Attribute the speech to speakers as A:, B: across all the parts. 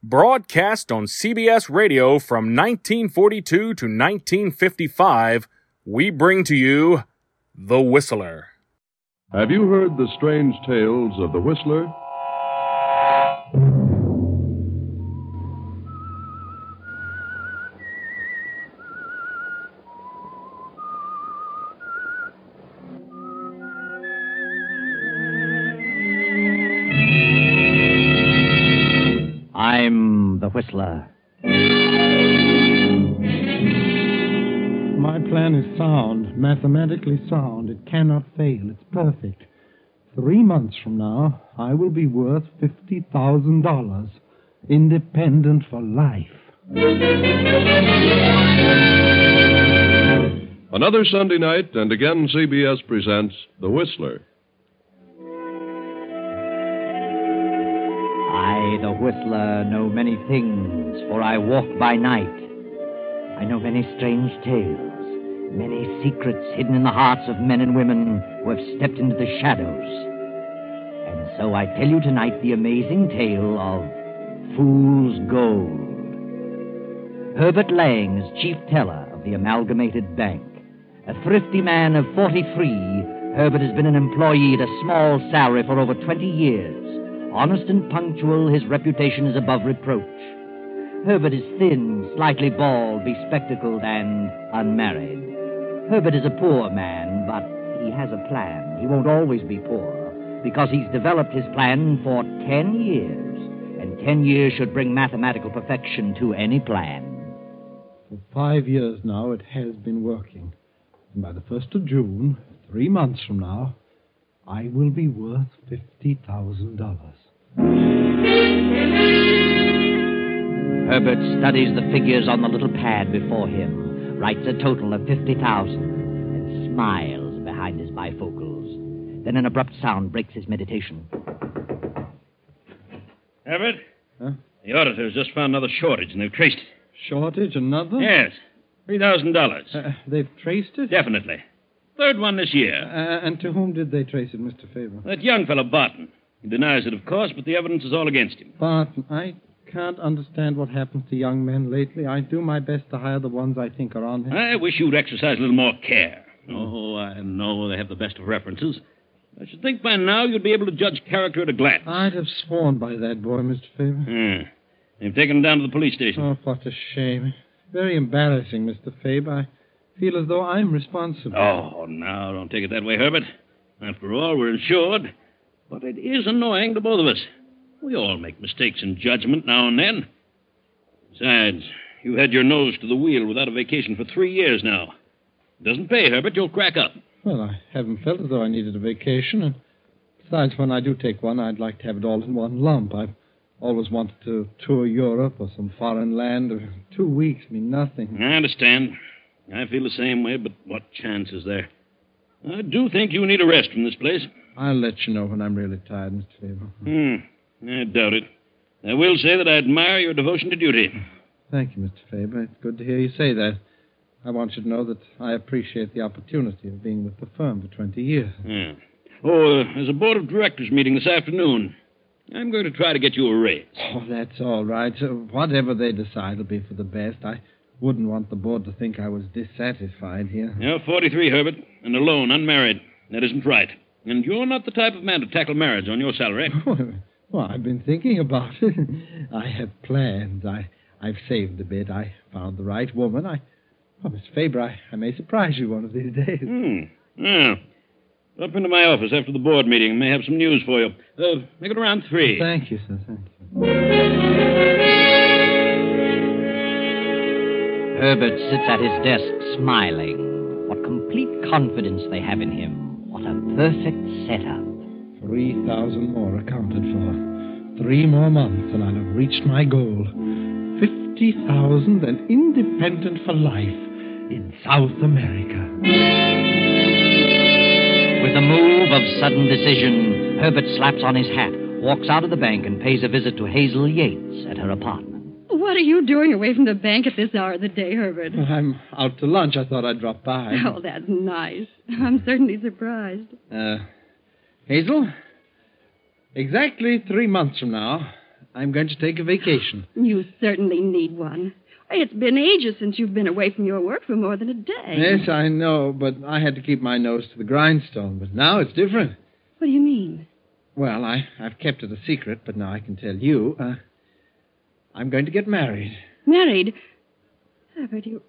A: broadcast on CBS Radio from 1942 to 1955, we bring to you The Whistler.
B: Have you heard the strange tales of the Whistler?
C: I'm the Whistler.
D: My plan is sound, mathematically sound. It cannot fail. It's perfect. Three months from now, I will be worth $50,000, independent for life.
B: Another Sunday night, and again CBS presents The Whistler.
C: I, the Whistler, know many things, for I walk by night. I know many strange tales, many secrets hidden in the hearts of men and women who have stepped into the shadows. And so I tell you tonight the amazing tale of Fool's Gold. Herbert Lang is chief teller of the Amalgamated Bank. A thrifty man of 43, Herbert has been an employee at a small salary for over 20 years. Honest and punctual, his reputation is above reproach. Herbert is thin, slightly bald, bespectacled, and unmarried. Herbert is a poor man, but he has a plan. He won't always be poor, because he's developed his plan for 10 years, and 10 years should bring mathematical perfection to any plan.
D: For five years now, it has been working. And by the 1st of June, three months from now, I will be worth $50,000.
C: Herbert studies the figures on the little pad before him, writes a total of 50,000, and smiles behind his bifocals. Then an abrupt sound breaks his meditation.
E: Everett?
D: Huh?
E: The auditors just found another shortage, and they've traced it.
D: Shortage, another?
E: Yes. $3,000.
D: Uh, they've traced it?
E: Definitely. Third one this
D: Uh,
E: year.
D: and to whom did they trace it, Mr. Faber?
E: That young fellow, Barton. He denies it, of course, but the evidence is all against him.
D: Barton, I can't understand what happens to young men lately. I do my best to hire the ones I think are on here.
E: I wish you'd exercise a little more care. Oh, I know they have the best of references. I should think by now you'd be able to judge character at a glance.
D: I'd have sworn by that boy, Mr. Faber.
E: Hmm. They've taken him down to the police station.
D: Oh, what a shame. Very embarrassing, Mr. Faber. I feel as though I'm responsible.
E: Oh, now, don't take it that way, Herbert. After all, we're insured. But it is annoying to both of us. We all make mistakes in judgment now and then. Besides, you had your nose to the wheel without a vacation for three years now. Doesn't pay, Herbert. You'll crack up.
D: Well, I haven't felt as though I needed a vacation, and besides, when I do take one, I'd like to have it all in one lump. I've always wanted to tour Europe or some foreign land. Two weeks mean nothing.
E: I understand. I feel the same way, but what chance is there? I do think you need a rest from this place.
D: I'll let you know when I'm really tired, Mr. Faber.
E: Hmm. I doubt it. I will say that I admire your devotion to duty.
D: Thank you, Mr. Faber. It's good to hear you say that. I want you to know that I appreciate the opportunity of being with the firm for 20 years.
E: Yeah. Oh, uh, there's a board of directors meeting this afternoon. I'm going to try to get you a raise.
D: Oh, that's all right. So whatever they decide will be for the best. I wouldn't want the board to think I was dissatisfied here.
E: You're 43, Herbert, and alone, unmarried. That isn't right. And you're not the type of man to tackle marriage on your salary.
D: well, I've been thinking about it. I have plans. I, I've saved a bit. I found the right woman. I, well, Miss Faber, I, I may surprise you one of these days.
E: Hmm. Yeah. Up into my office after the board meeting. May have some news for you. Uh, make it around three.
D: Thank you, sir. Thank you.
C: Herbert sits at his desk smiling. What complete confidence they have in him. What a perfect setup.
D: Three thousand more accounted for. Three more months and I'll have reached my goal. 50,000 and independent for life in South America.
C: With a move of sudden decision, Herbert slaps on his hat, walks out of the bank, and pays a visit to Hazel Yates at her apartment.
F: What are you doing away from the bank at this hour of the day, Herbert?
D: I'm out to lunch. I thought I'd drop by.
F: Oh, that's nice. I'm certainly surprised.
D: Uh, Hazel, exactly three months from now, I'm going to take a vacation.
F: You certainly need one. It's been ages since you've been away from your work for more than a day.
D: Yes, I know, but I had to keep my nose to the grindstone. But now it's different.
F: What do you mean?
D: Well, I, I've kept it a secret, but now I can tell you. Uh, I'm going to get married.
F: Married? Herbert, you,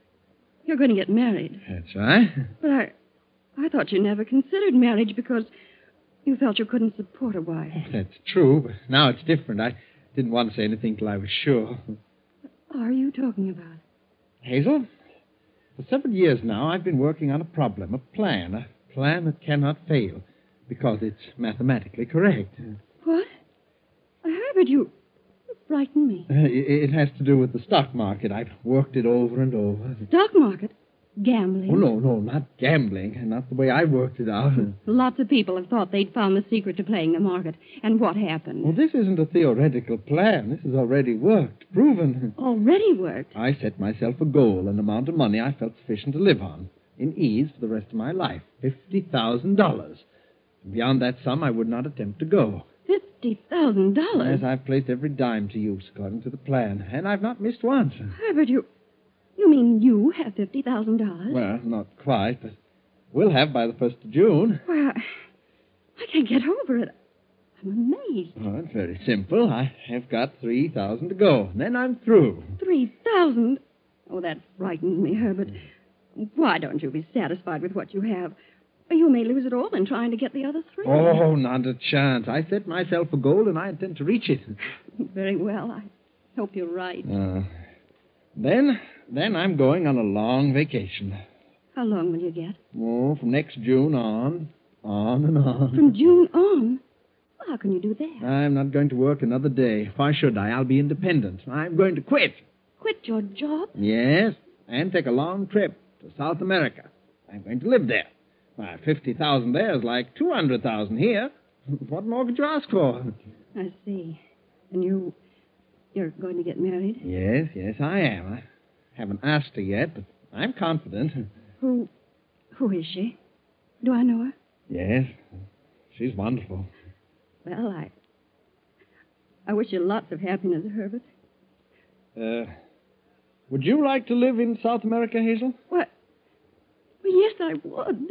F: you're going to get married.
D: That's right.
F: But I, I thought you never considered marriage because you felt you couldn't support a wife.
D: That's true, but now it's different. I didn't want to say anything till I was sure.
F: What are you talking about?
D: Hazel, for several years now, I've been working on a problem, a plan, a plan that cannot fail because it's mathematically correct. Uh,
F: What? Herbert, you, you frighten me.
D: Uh, It it has to do with the stock market. I've worked it over and over.
F: Stock market? Gambling?
D: Oh, no, no, not gambling. Not the way I worked it out.
F: Lots of people have thought they'd found the secret to playing the market. And what happened?
D: Well, this isn't a theoretical plan. This has already worked, proven.
F: Already worked.
D: I set myself a goal, an amount of money I felt sufficient to live on, in ease for the rest of my life $50,000. Beyond that sum, I would not attempt to go.
F: Fifty thousand dollars.
D: As I've placed every dime to use according to the plan, and I've not missed once.
F: Herbert, you you mean you have fifty thousand dollars?
D: Well, not quite, but we'll have by the 1st of June.
F: Well, I, I can't get over it. I'm amazed.
D: Well, it's very simple. I have got 3000 to go, and then I'm through.
F: Three thousand. Oh, that frightens me, Herbert. Why don't you be satisfied with what you have? You may lose it all in trying to get the other three.
D: Oh, not a chance. I set myself a goal, and I intend to reach it.
F: Very well. I hope you're right.
D: Uh, then, then I'm going on a long vacation.
F: How long will you get?
D: Oh, from next June on, on and on.
F: From June on. How can you do that?
D: I'm not going to work another day. Why should I? I'll be independent. I'm going to quit.
F: Quit your job?
D: Yes, and take a long trip to South America. I'm going to live there. Why, fifty thousand there is like two hundred thousand here. What more could you ask for?
F: I see. And you you're going to get married?
D: Yes, yes, I am. I haven't asked her yet, but I'm confident.
F: Who who is she? Do I know her?
D: Yes, she's wonderful.
F: Well, I I wish you lots of happiness, Herbert.
D: Uh, would you like to live in South America, Hazel?
F: What? Well, yes, I would.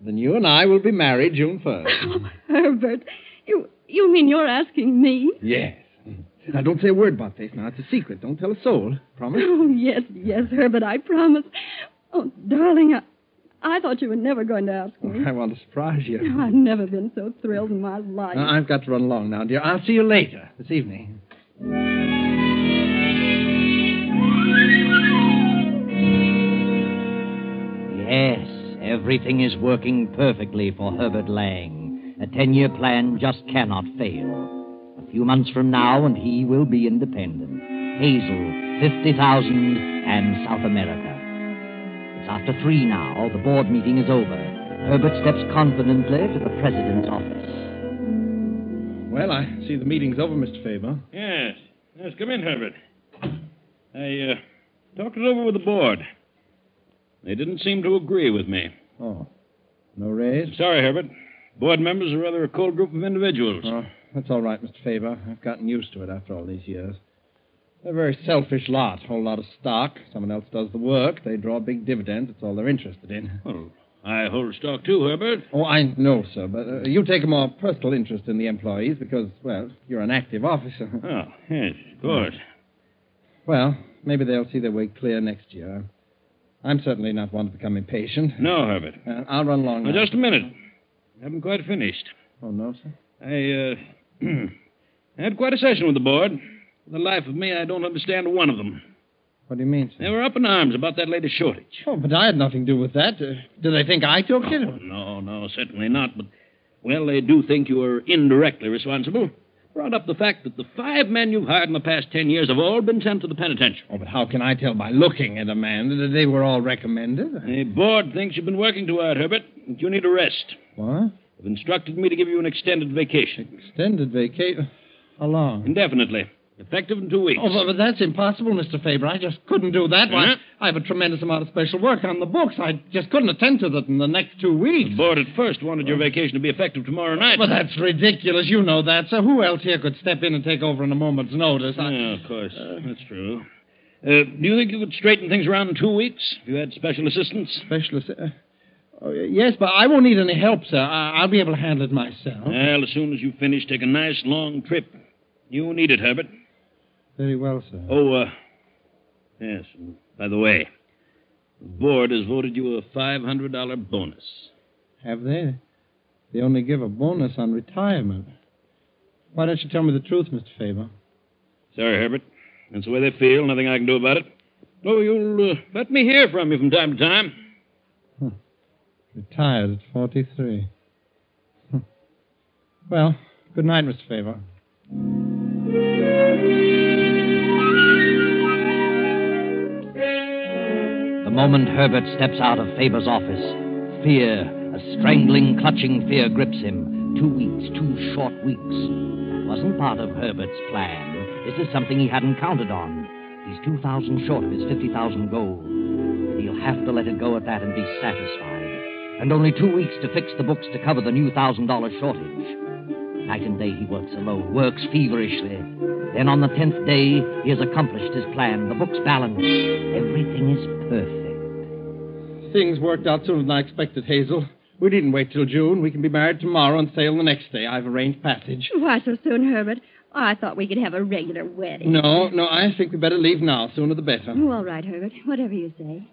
D: Then you and I will be married June 1st.
F: Oh, Herbert, you you mean you're asking me?
D: yes. Now, don't say a word about this. Now, it's a secret. Don't tell a soul. Promise?
F: Oh, yes, yes, Herbert, I promise. Oh, darling, I, I thought you were never going to ask me.
D: I want to surprise you.
F: I've never been so thrilled in my life.
D: Now, I've got to run along now, dear. I'll see you later this evening.
C: Yes, everything is working perfectly for Herbert Lang. A ten year plan just cannot fail. A few months from now, and he will be independent. Hazel, 50,000, and South America. It's after three now. The board meeting is over. Herbert steps confidently to the president's office.
D: Well, I see the meeting's over, Mr. Faber.
E: Yes. Yes, come in, Herbert. I uh, talked it over with the board. They didn't seem to agree with me.
D: Oh, no raise?
E: Sorry, Herbert. Board members are rather a cold group of individuals.
D: Oh, that's all right, Mr. Faber. I've gotten used to it after all these years. They're a very selfish lot. Whole lot of stock. Someone else does the work. They draw big dividends. It's all they're interested in.
E: Well, Oh, I hold stock too, Herbert.
D: Oh, I know, sir, but uh, you take a more personal interest in the employees because, well, you're an active officer.
E: Oh, yes, of course.
D: well, maybe they'll see their way clear next year. I'm certainly not one to become impatient.
E: No, Herbert.
D: Uh, I'll run along
E: Now,
D: now.
E: just a minute. I haven't quite finished.
D: Oh, no, sir?
E: I, uh, had quite a session with the board. For the life of me, I don't understand one of them.
D: What do you mean, sir?
E: They were up in arms about that lady shortage.
D: Oh, but I had nothing to do with that. Uh, do they think I took it?
E: No, no, certainly not. But, well, they do think you are indirectly responsible. brought up the fact that the five men you've hired in the past ten years have all been sent to the penitentiary.
D: Oh, but how can I tell by looking at a man that they were all recommended? I-
E: The board thinks you've been working too hard, Herbert. and You need a rest.
D: What?
E: They've instructed me to give you an extended vacation.
D: Extended vacation. How long?
E: Indefinitely. Effective in two weeks.
D: Oh, but, but that's impossible, Mr. Faber. I just couldn't do that. Why,
E: Huh?
D: I have a tremendous amount of special work on the books. I just couldn't attend to that in the next two
E: The
D: weeks.
E: board at first wanted your vacation to be effective tomorrow night.
D: Well, that's ridiculous. You know that, sir. Who else here could step in and take over in a moment's notice? I-
E: Yeah, of course. that's true. Uh, do you think you could straighten things around in two weeks if you had special assistance?
D: Specialist. Uh, oh, y- yes, but I won't need any help, sir. I- I'll be able to handle it myself.
E: Well, as soon as you finish, take a nice long trip. You need it, Herbert.
D: Very well, sir.
E: Oh, uh, yes. and By the way, the board has voted you a $500 bonus.
D: Have they? They only give a bonus on retirement. Why don't you tell me the truth, Mr. Faber?
E: Sorry, Herbert. That's the way they feel. Nothing I can do about it. Oh, you'll uh, let me hear from you from time to time.
D: Retired at 43. Hmm. Well, good night, Mr. Faber.
C: The moment Herbert steps out of Faber's office, fear, a strangling, clutching fear, grips him. Two weeks, two short weeks. That wasn't part of Herbert's plan. This is something he hadn't counted on. He's 2,000 short of his 50,000 goal. He'll have to let it go at that and be satisfied. And only two weeks to fix the books to cover the new $1,000 shortage. Night and day he works alone, works feverishly. Then on the tenth day, he has accomplished his plan. The book's balanced. Everything is perfect.
D: Things worked out sooner than I expected, Hazel. We didn't wait till June. We can be married tomorrow and sail the next day. I've arranged passage.
F: Why so soon, Herbert? I thought we could have a regular wedding.
D: No, no, I think we better leave now. Sooner the better.
F: Oh, all right, Herbert. Whatever you say.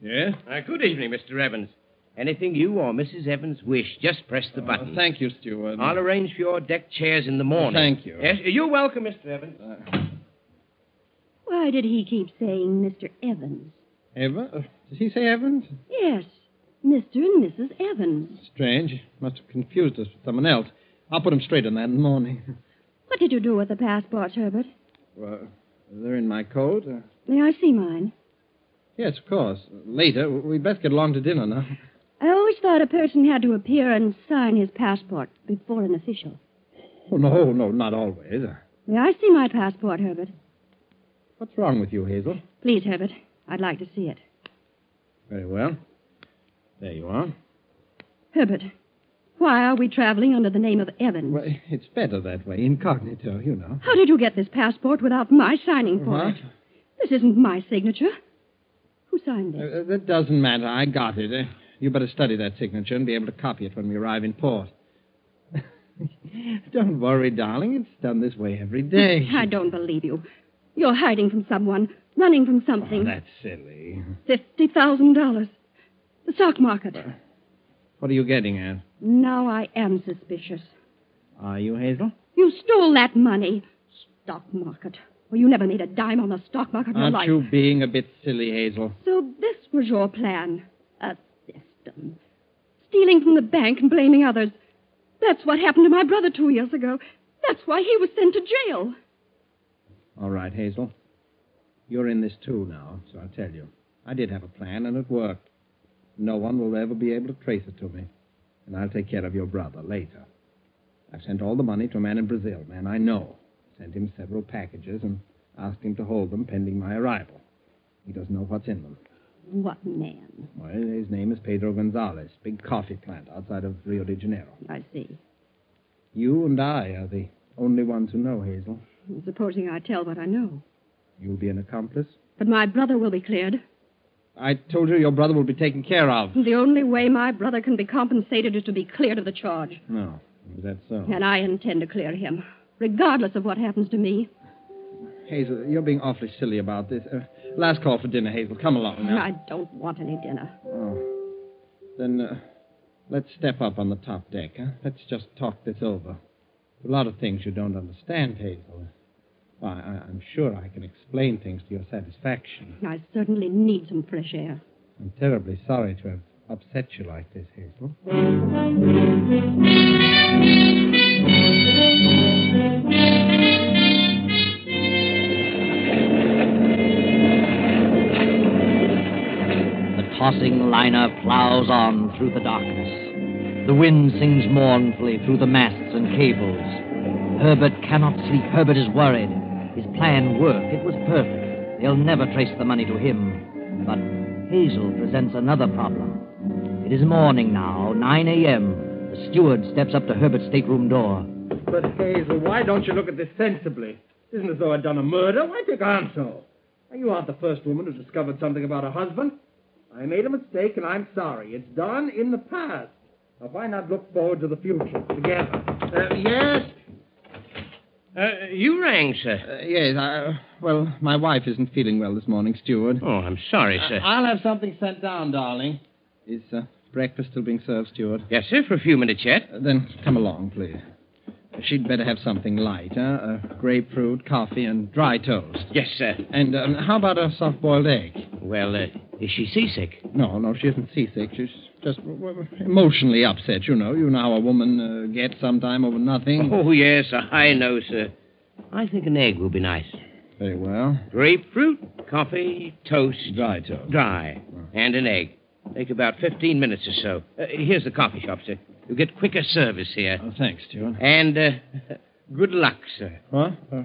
D: Yeah?
G: Uh, good evening, Mr. Evans. Anything you or Mrs. Evans wish, just press the button.
D: thank you, Steward.
G: I'll arrange for your deck chairs in the morning.
D: Thank you.
G: Yes, you're welcome, Mr. Evans.
F: Why did he keep saying Mr. Evans?
D: Ever? uh, Did he say Evans?
F: Yes, Mr. and Mrs. Evans.
D: Strange. Must have confused us with someone else. I'll put him straight on that in the morning.
F: What did you do with the passports, Herbert?
D: Well, they're in my coat. Uh,
F: May I see mine?
D: yes, of course. Later. We'd best get along to dinner now.
F: I always thought a person had to appear and sign his passport before an official.
D: Oh, no, no, not always.
F: May I see my passport, Herbert?
D: What's wrong with you, Hazel?
F: Please, Herbert. I'd like to see it.
D: Very well. There you are.
F: Herbert, why are we traveling under the name of Evans?
D: Well, it's better that way, incognito, you know.
F: How did you get this passport without my signing for
D: What?
F: it? This isn't my signature. Who signed it?
D: Uh, that doesn't matter. I got it. Uh, you better study that signature and be able to copy it when we arrive in port. don't worry, darling. It's done this way every day.
F: I don't believe you. You're hiding from someone, running from
D: Oh,
F: something.
D: that's silly.
F: Fifty thousand dollars. The stock market.
D: Uh. What are you getting at?
F: Now I am suspicious.
D: Are you, Hazel?
F: You stole that money. Stock market. Well, you never made a dime on the stock market in your
D: Aren't
F: life.
D: you being a bit silly, Hazel?
F: So this was your plan. A system. Stealing from the bank and blaming others. That's what happened to my brother two years ago. That's why he was sent to jail.
D: All right, Hazel. You're in this too now, so I'll tell you. I did have a plan, and it worked. No one will ever be able to trace it to me. And I'll take care of your brother later. I've sent all the money to a man in Brazil, a man I know. Sent him several packages and asked him to hold them pending my arrival. He doesn't know what's in them.
F: What man?
D: Well, his name is Pedro Gonzalez, big coffee plant outside of Rio de Janeiro.
F: I see.
D: You and I are the only ones who know, Hazel.
F: Supposing I tell what I know.
D: You'll be an accomplice.
F: But my brother will be cleared.
D: I told you your brother will be taken care of.
F: The only way my brother can be compensated is to be cleared of the charge.
D: No. Is that so?
F: And I intend to clear him, regardless of what happens to me.
D: Hazel, you're being awfully silly about this. Uh, last call for dinner, Hazel. Come along now.
F: I don't want any dinner.
D: Oh. Then uh, let's step up on the top deck, huh? Let's just talk this over. a lot of things you don't understand, Hazel. Why, I, I'm sure I can explain things to your satisfaction.
F: I certainly need some fresh air.
D: I'm terribly sorry to have upset you like this, Hazel.
C: The tossing liner plows on through the darkness. The wind sings mournfully through the masts and cables. Herbert cannot sleep. Herbert is worried. His plan worked. It was perfect. They'll never trace the money to him. But Hazel presents another problem. It is morning now, 9 a.m. The steward steps up to Herbert's stateroom door.
H: But, Hazel, why don't you look at this sensibly? It isn't as though I'd done a murder. Why take on so? Now, You aren't the first woman who discovered something about her husband. I made a mistake, and I'm sorry. It's done in the past. Now, why not look forward to the future together?
E: Uh, yes. Uh, you rang, sir.
D: Uh, yes, I, well, my wife isn't feeling well this morning, Steward.
E: Oh, I'm sorry, sir.
D: I'll have something sent down, darling. Is uh, breakfast still being served, Steward?
E: Yes, sir, for a few minutes yet.
D: Uh, Then come along, please. She'd better have something light, huh? Uh, grapefruit, coffee, and dry toast.
E: Yes, sir.
D: And um, how about a soft boiled egg?
E: Well, uh, is she seasick?
D: No, no, she isn't seasick. She's just w- w- emotionally upset, you know. You know how a woman uh, gets sometime over nothing.
E: Oh, yes, I know, sir. I think an egg will be nice.
D: Very well.
E: Grapefruit, coffee, toast.
D: Dry toast.
E: Dry. And an egg. Take about 15 minutes or so. Uh, here's the coffee shop, sir. You'll get quicker service here.
D: Oh, thanks, Steward.
E: And uh, good luck, sir.
D: What? Uh,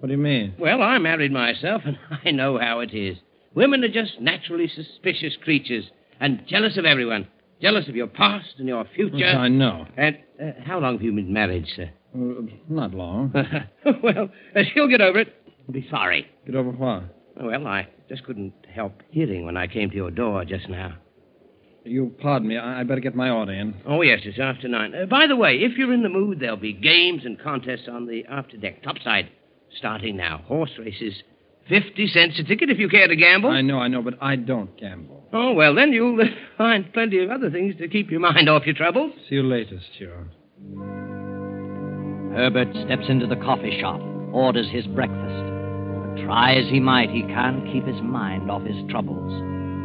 D: what do you mean?
E: Well, I married myself, and I know how it is. Women are just naturally suspicious creatures and jealous of everyone. Jealous of your past and your future.
D: Yes, I know.
E: And uh, how long have you been married, sir?
D: Uh, not long.
E: well, uh, she'll get over it. Be sorry.
D: Get over what?
E: Well, I just couldn't help hearing when I came to your door just now.
D: You pardon me. I, I better get my order in.
E: Oh, yes, it's after nine. Uh, by the way, if you're in the mood, there'll be games and contests on the after deck topside starting now. Horse races. 50 cents a ticket if you care to gamble.
D: I know, I know, but I don't gamble.
E: Oh, well, then you'll uh, find plenty of other things to keep your mind off your troubles.
D: See you later, Steward.
C: Herbert steps into the coffee shop, orders his breakfast. But try as he might, he can't keep his mind off his troubles.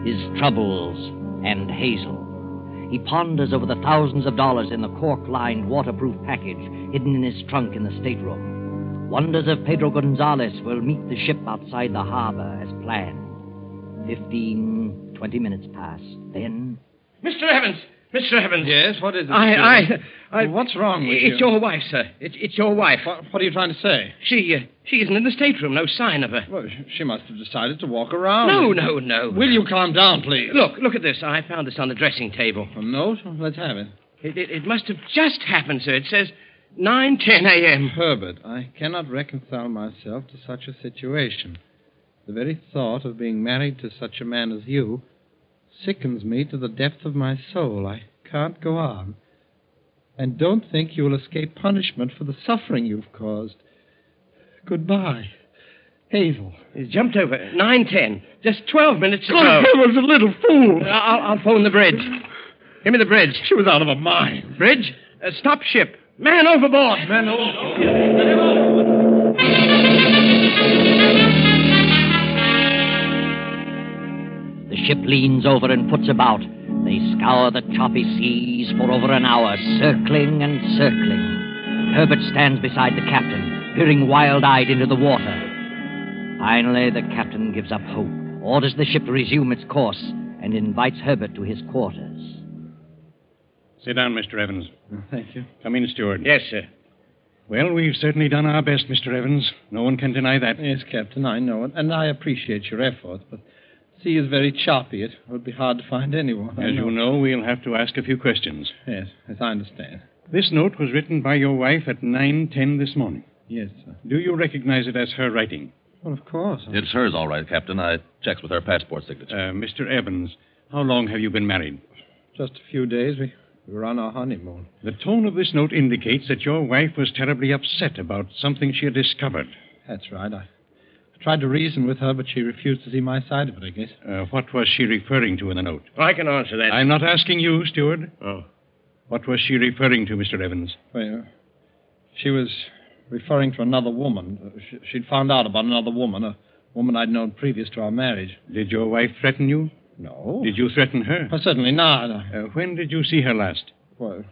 C: His troubles and Hazel. He ponders over the thousands of dollars in the cork lined waterproof package hidden in his trunk in the stateroom. Wonders if Pedro Gonzalez will meet the ship outside the harbor as planned. Fifteen, twenty minutes pass. Then
E: Mr. Evans! Mr. Evans!
D: Yes, what is it?
E: I, I, I.
D: What's wrong with
E: it's
D: you?
E: your wife, sir. It's, it's your wife.
D: What, what are you trying to say?
E: She, uh, she isn't in the stateroom. No sign of her.
D: Well, sh- she must have decided to walk around.
E: No, no, no.
D: Will you calm down, please?
E: Look, look at this. I found this on the dressing table.
D: A note? Let's have it.
E: It, it, it must have just happened, sir. It says 9.10 a.m.
D: Herbert, I cannot reconcile myself to such a situation. The very thought of being married to such a man as you sickens me to the depth of my soul. I can't go on. And don't think you will escape punishment for the suffering you've caused. Goodbye. Hazel.
E: It jumped over. 9.10. Just 12 minutes ago. Uh,
D: heavens, a little fool!
E: I'll, I'll phone the bridge. Give me the bridge.
D: She was out of her mind.
E: Bridge, uh, stop ship. Man overboard. Man
C: The ship leans over and puts about. They scour the choppy seas for over an hour, circling and circling. Herbert stands beside the captain, peering wild eyed into the water. Finally, the captain gives up hope, orders the ship to resume its course, and invites Herbert to his quarters.
I: Sit down, Mr. Evans.
D: Thank you.
I: Come in, Steward.
E: Yes, sir.
I: Well, we've certainly done our best, Mr. Evans. No one can deny that.
D: Yes, Captain, I know it, and I appreciate your efforts, but sea is very choppy. It would be hard to find anyone. I
I: As you know, we'll have to ask a few questions.
D: Yes, yes, I understand.
I: This note was written by your wife at 9.10 this morning.
D: Yes, sir.
I: Do you recognize it as her writing?
D: Well, of course.
J: It's hers, all right, Captain. I checked with her passport
I: Uh,
J: signature.
I: Mr. Evans, how long have you been married?
D: Just a few days. We, we were on our honeymoon.
I: The tone of this note indicates that your wife was terribly upset about something she had discovered.
D: That's right. I, I tried to reason with her, but she refused to see my side of it, I guess.
I: Uh, what was she referring to in the note?
E: I can answer that.
I: I'm not asking you, Steward. Oh. What was she referring to, Mr. Evans?
D: Well, She was referring to another woman. Uh, sh- She'd found out about another woman, a woman I'd known previous to our marriage.
K: Did your wife threaten you?
D: No.
K: Did you threaten her?
D: Oh, certainly not. Uh,
K: Uh, when did you see her last?
D: Well,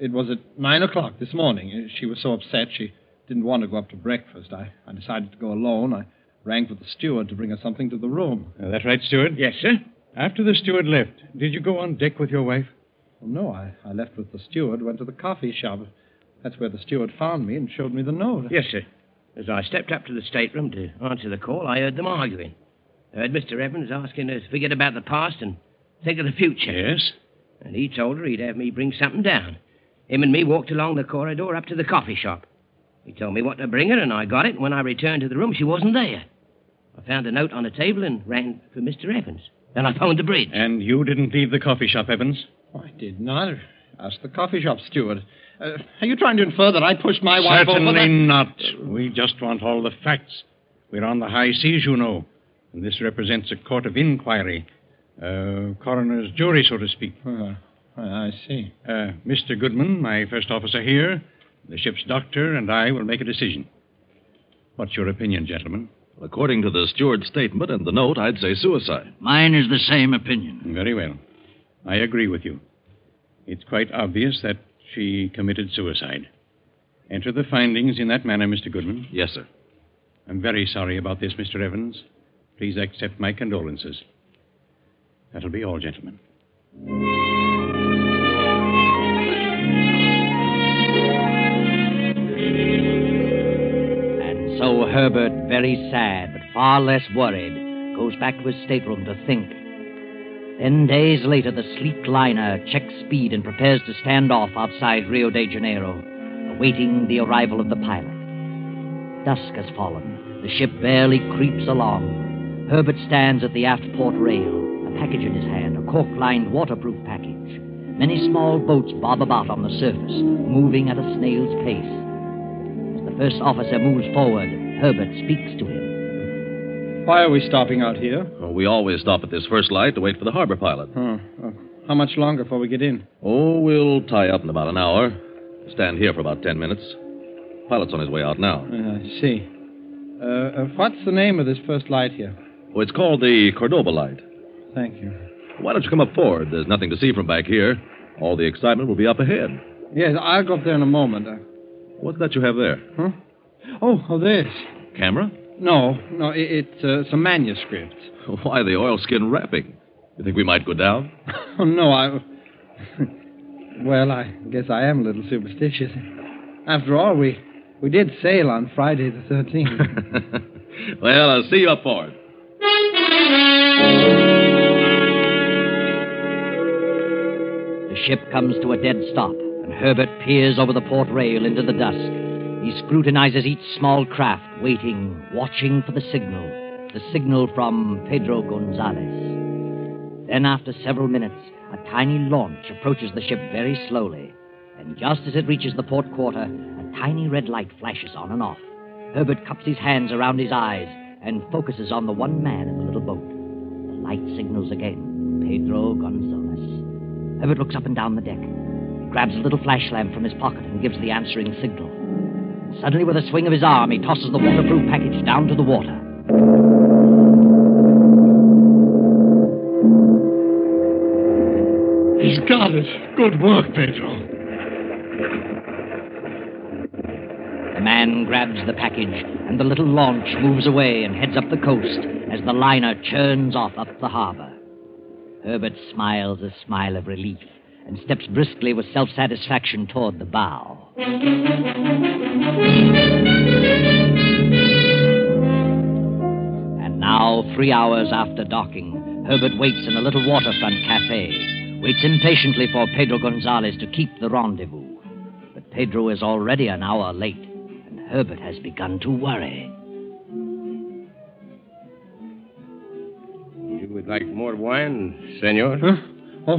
D: it was at nine o'clock this morning. Uh, She was so upset she didn't want to go up to breakfast. I, I decided to go alone. I rang for the steward to bring her something to the room.
K: Uh, that right, steward?
G: Yes, sir.
K: After the steward left, did you go on deck with your wife?
D: Well, no, I, I left with the steward, went to the coffee shop. That's where the steward found me and showed me the note.
G: Yes, sir. As I stepped up to the stateroom to answer the call, I heard them arguing. I heard Mr. Evans asking her to forget about the past and think of the future.
K: Yes.
G: And he told her he'd have me bring something down. Him and me walked along the corridor up to the coffee shop. He told me what to bring her, and I got it. When I returned to the room, she wasn't there. I found a note on the table and ran for Mr. Evans. Then I phoned the bridge.
K: And you didn't leave the coffee shop, Evans?
D: I did not. Ask the coffee shop steward. Uh, are you trying to infer that I pushed my wife over?
K: Certainly
D: the-
K: not. We just want all the facts. We're on the high seas, you know, and this represents a court of inquiry, uh, coroner's jury, so to speak.
D: Uh, I I see.
K: Uh, Mr. Goodman, my first officer here, the ship's doctor, and I will make a decision. What's your opinion, gentlemen?
I: According to the steward's statement and the note, I'd say suicide.
L: Mine is the same opinion.
K: Very well. I agree with you. It's quite obvious that she committed suicide. Enter the findings in that manner, Mr. Goodman.
I: Yes, sir.
K: I'm very sorry about this, Mr. Evans. Please accept my condolences. That'll be all, gentlemen.
C: And so Herbert, very sad, but far less worried, goes back to his stateroom to think. Ten days later, the sleek liner checks speed and prepares to stand off outside Rio de Janeiro, awaiting the arrival of the pilot. Dusk has fallen. The ship barely creeps along. Herbert stands at the aft port rail, a package in his hand, a cork lined waterproof package. Many small boats bob about on the surface, moving at a snail's pace. As the first officer moves forward, Herbert speaks to him.
D: Why are we stopping out here?
I: Oh, we always stop at this first light to wait for the harbor pilot.
D: Huh. Uh, how much longer before we get in?
I: Oh, we'll tie up in about an hour. Stand here for about ten minutes. Pilot's on his way out now.
D: Uh, I see. Uh, uh, what's the name of this first light here?
I: Oh, it's called the Cordoba light.
D: Thank you.
I: Why don't you come up forward? There's nothing to see from back here. All the excitement will be up ahead.
D: Yes, I'll go up there in a moment. Uh,
I: What's that you have there?
D: oh, oh, this.
I: Camera?
D: No, no, it, it's, uh, it's a manuscript.
I: Why the oilskin wrapping? You think we might go down?
D: Oh, no, I. well, I guess I am a little superstitious. After all, we, we did sail on Friday the 13th.
I: well, I'll see you up forward.
C: The ship comes to a dead stop, and Herbert peers over the port rail into the dusk. He scrutinizes each small craft, waiting, watching for the signal. The signal from Pedro Gonzalez. Then, after several minutes, a tiny launch approaches the ship very slowly. And just as it reaches the port quarter, a tiny red light flashes on and off. Herbert cups his hands around his eyes and focuses on the one man in the little boat. The light signals again Pedro Gonzalez. Herbert looks up and down the deck. He grabs a little flash lamp from his pocket and gives the answering signal. Suddenly, with a swing of his arm, he tosses the waterproof package down to the water.
M: He's got it. Good work, Pedro.
C: The man grabs the package, and the little launch moves away and heads up the coast as the liner churns off up the harbor. Herbert smiles a smile of relief and steps briskly with self satisfaction toward the bow. And now, three hours after docking, Herbert waits in a little waterfront cafe, waits impatiently for Pedro Gonzalez to keep the rendezvous. But Pedro is already an hour late, and Herbert has begun to worry.
G: You would like more wine, senor?
D: Huh? Oh,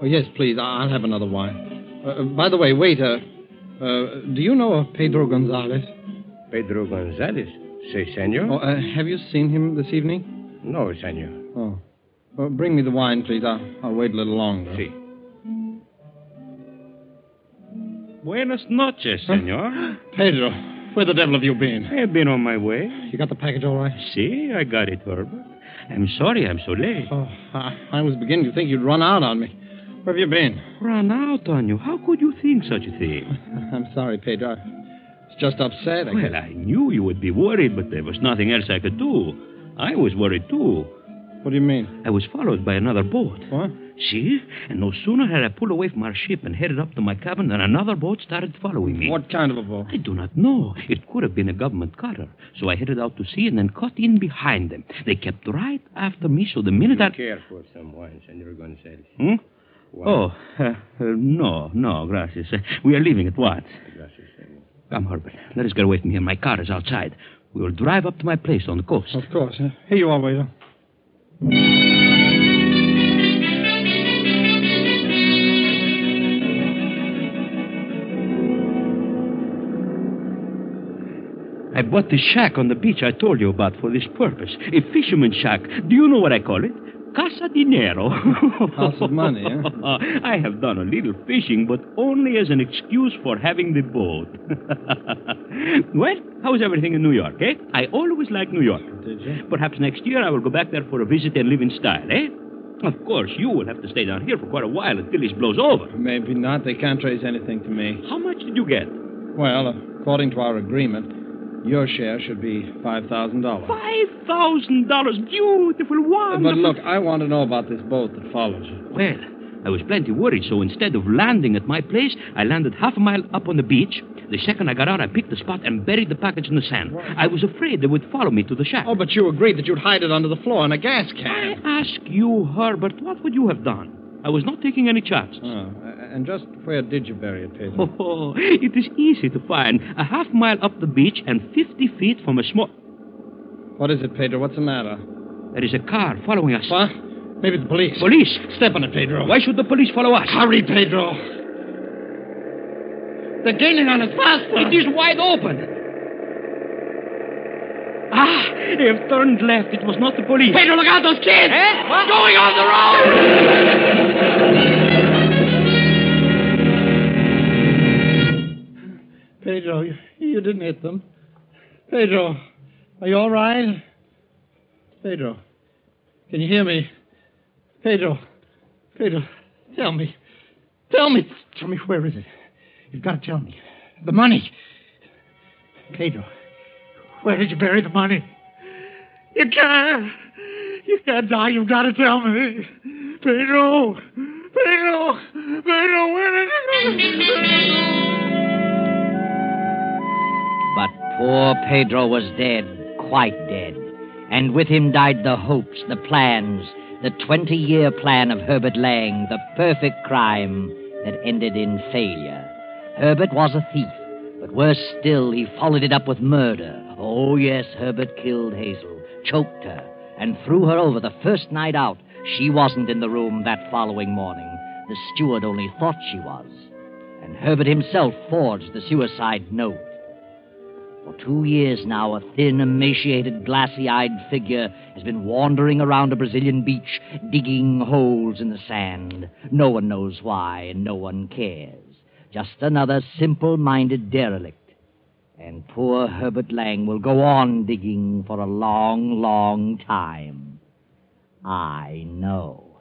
D: oh, yes, please. I- I'll have another wine. Uh, Uh, by the way, waiter, uh, do you know of Pedro Gonzalez?
G: Pedro Gonzalez. Say, senor?
D: Oh, uh, have you seen him this evening?
G: No, senor.
D: Oh. Well, bring me the wine, please. I'll, I'll wait a little longer.
G: See.
C: Buenas noches, senor.
N: Pedro, where the devil have you been?
C: I've been on my way.
N: You got the package all right?
C: See, I got it, Herbert. I'm sorry I'm so late.
N: Oh, I, I was beginning to think you'd run out on me. Where have you been?
C: Run out on you? How could you think such a thing?
N: I'm sorry, Pedro. I was just upset. I
C: Well,
N: guess.
C: I knew you would be worried, but there was nothing else I could do. I was worried, too.
N: What do you mean?
C: I was followed by another boat.
N: What?
C: See? And no sooner had I pulled away from our ship and headed up to my cabin than another boat started following me.
N: What kind of a boat?
C: I do not know. It could have been a government cutter. So I headed out to sea and then cut in behind them. They kept right after me, so the minute I.
O: care for someone, Senor Gonzalez.
C: Hmm? Oh, uh, uh, no, no, gracias. Uh, we are leaving at once. Come, Herbert. Let us get away from here. My car is outside. We will drive up to my place on the coast.
N: Of course. huh? Here you are, waiter.
C: I bought this shack on the beach I told you about for this purpose. A fisherman's shack. Do you know what I call it? Casa Dinero.
N: House of money, huh?
C: I have done a little fishing, but only as an excuse for having the boat. well, how's everything in New York, eh? I always like New York.
N: Did you?
C: Perhaps next year I will go back there for a visit and live in style, eh? Of course, you will have to stay down here for quite a while until this blows over.
N: Maybe not. They can't trace anything to me.
C: How much did you get?
N: Well, according to our agreement, your share should be $5,000.
C: Five thousand dollars. Beautiful, wonderful.
N: But look, I want to know about this boat that follows you.
C: Well, I was plenty worried, so instead of landing at my place, I landed half a mile up on the beach. The second I got out, I picked the spot and buried the package in the sand. I was afraid they would follow me to the shack.
N: Oh, but you agreed that you'd hide it under the floor in a gas
C: I
N: can.
C: ask you, Herbert, what would you have done? I was not taking any chances.
N: Oh, and just where did you bury it, Pedro?
C: Oh, it is easy to find. A half mile up the beach and 50 feet from a small.
N: What is it, Pedro? What's the matter?
C: There is a car following us.
N: What? Maybe the police.
C: Police!
N: Step on it, Pedro.
C: Why should the police follow us?
N: Hurry, Pedro.
O: They're gaining on us faster.
C: It is wide open. Ah, they have turned left. It was not the police.
O: Pedro, look out, those kids! What's going on the road?
E: Pedro, you, you didn't hit them. Pedro, are you all right? Pedro, can you hear me? Pedro, Pedro, tell me. Tell me. Tell me, where is it? You've got to tell me. The money. Pedro, where did you bury the money? You can't. You can't die. You've got to tell me. Pedro, Pedro, Pedro, where did you
D: But poor Pedro was dead, quite dead. And with him died the hopes, the plans, the 20 year plan of Herbert Lang, the perfect crime that ended in failure. Herbert was a thief, but worse still, he followed it up with murder. Oh, yes, Herbert killed Hazel, choked her, and threw her over the first night out. She wasn't in the room that following morning. The steward only thought she was. And Herbert himself forged the suicide note. For two years now, a thin, emaciated, glassy eyed figure has been wandering around a Brazilian beach, digging holes in the sand. No one knows why, and no one cares. Just another simple minded derelict. And poor Herbert Lang will go on digging for a long, long time. I know.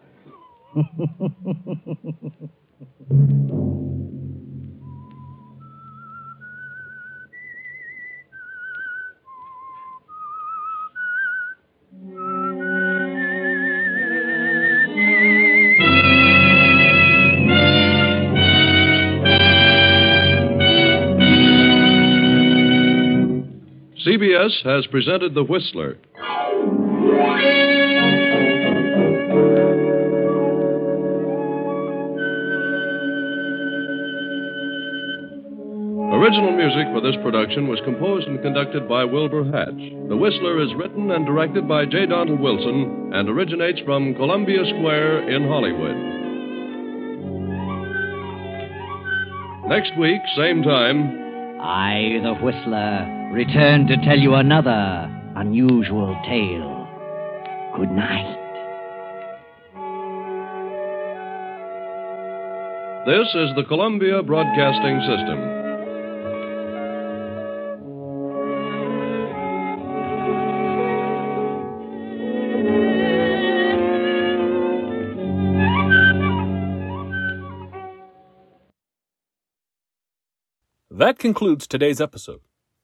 B: CBS has presented The Whistler. Original music for this production was composed and conducted by Wilbur Hatch. The Whistler is written and directed by J. Donald Wilson and originates from Columbia Square in Hollywood. Next week, same time,
D: I, the Whistler, return to tell you another unusual tale. Good night.
B: This is the Columbia Broadcasting System.
A: That concludes today's episode.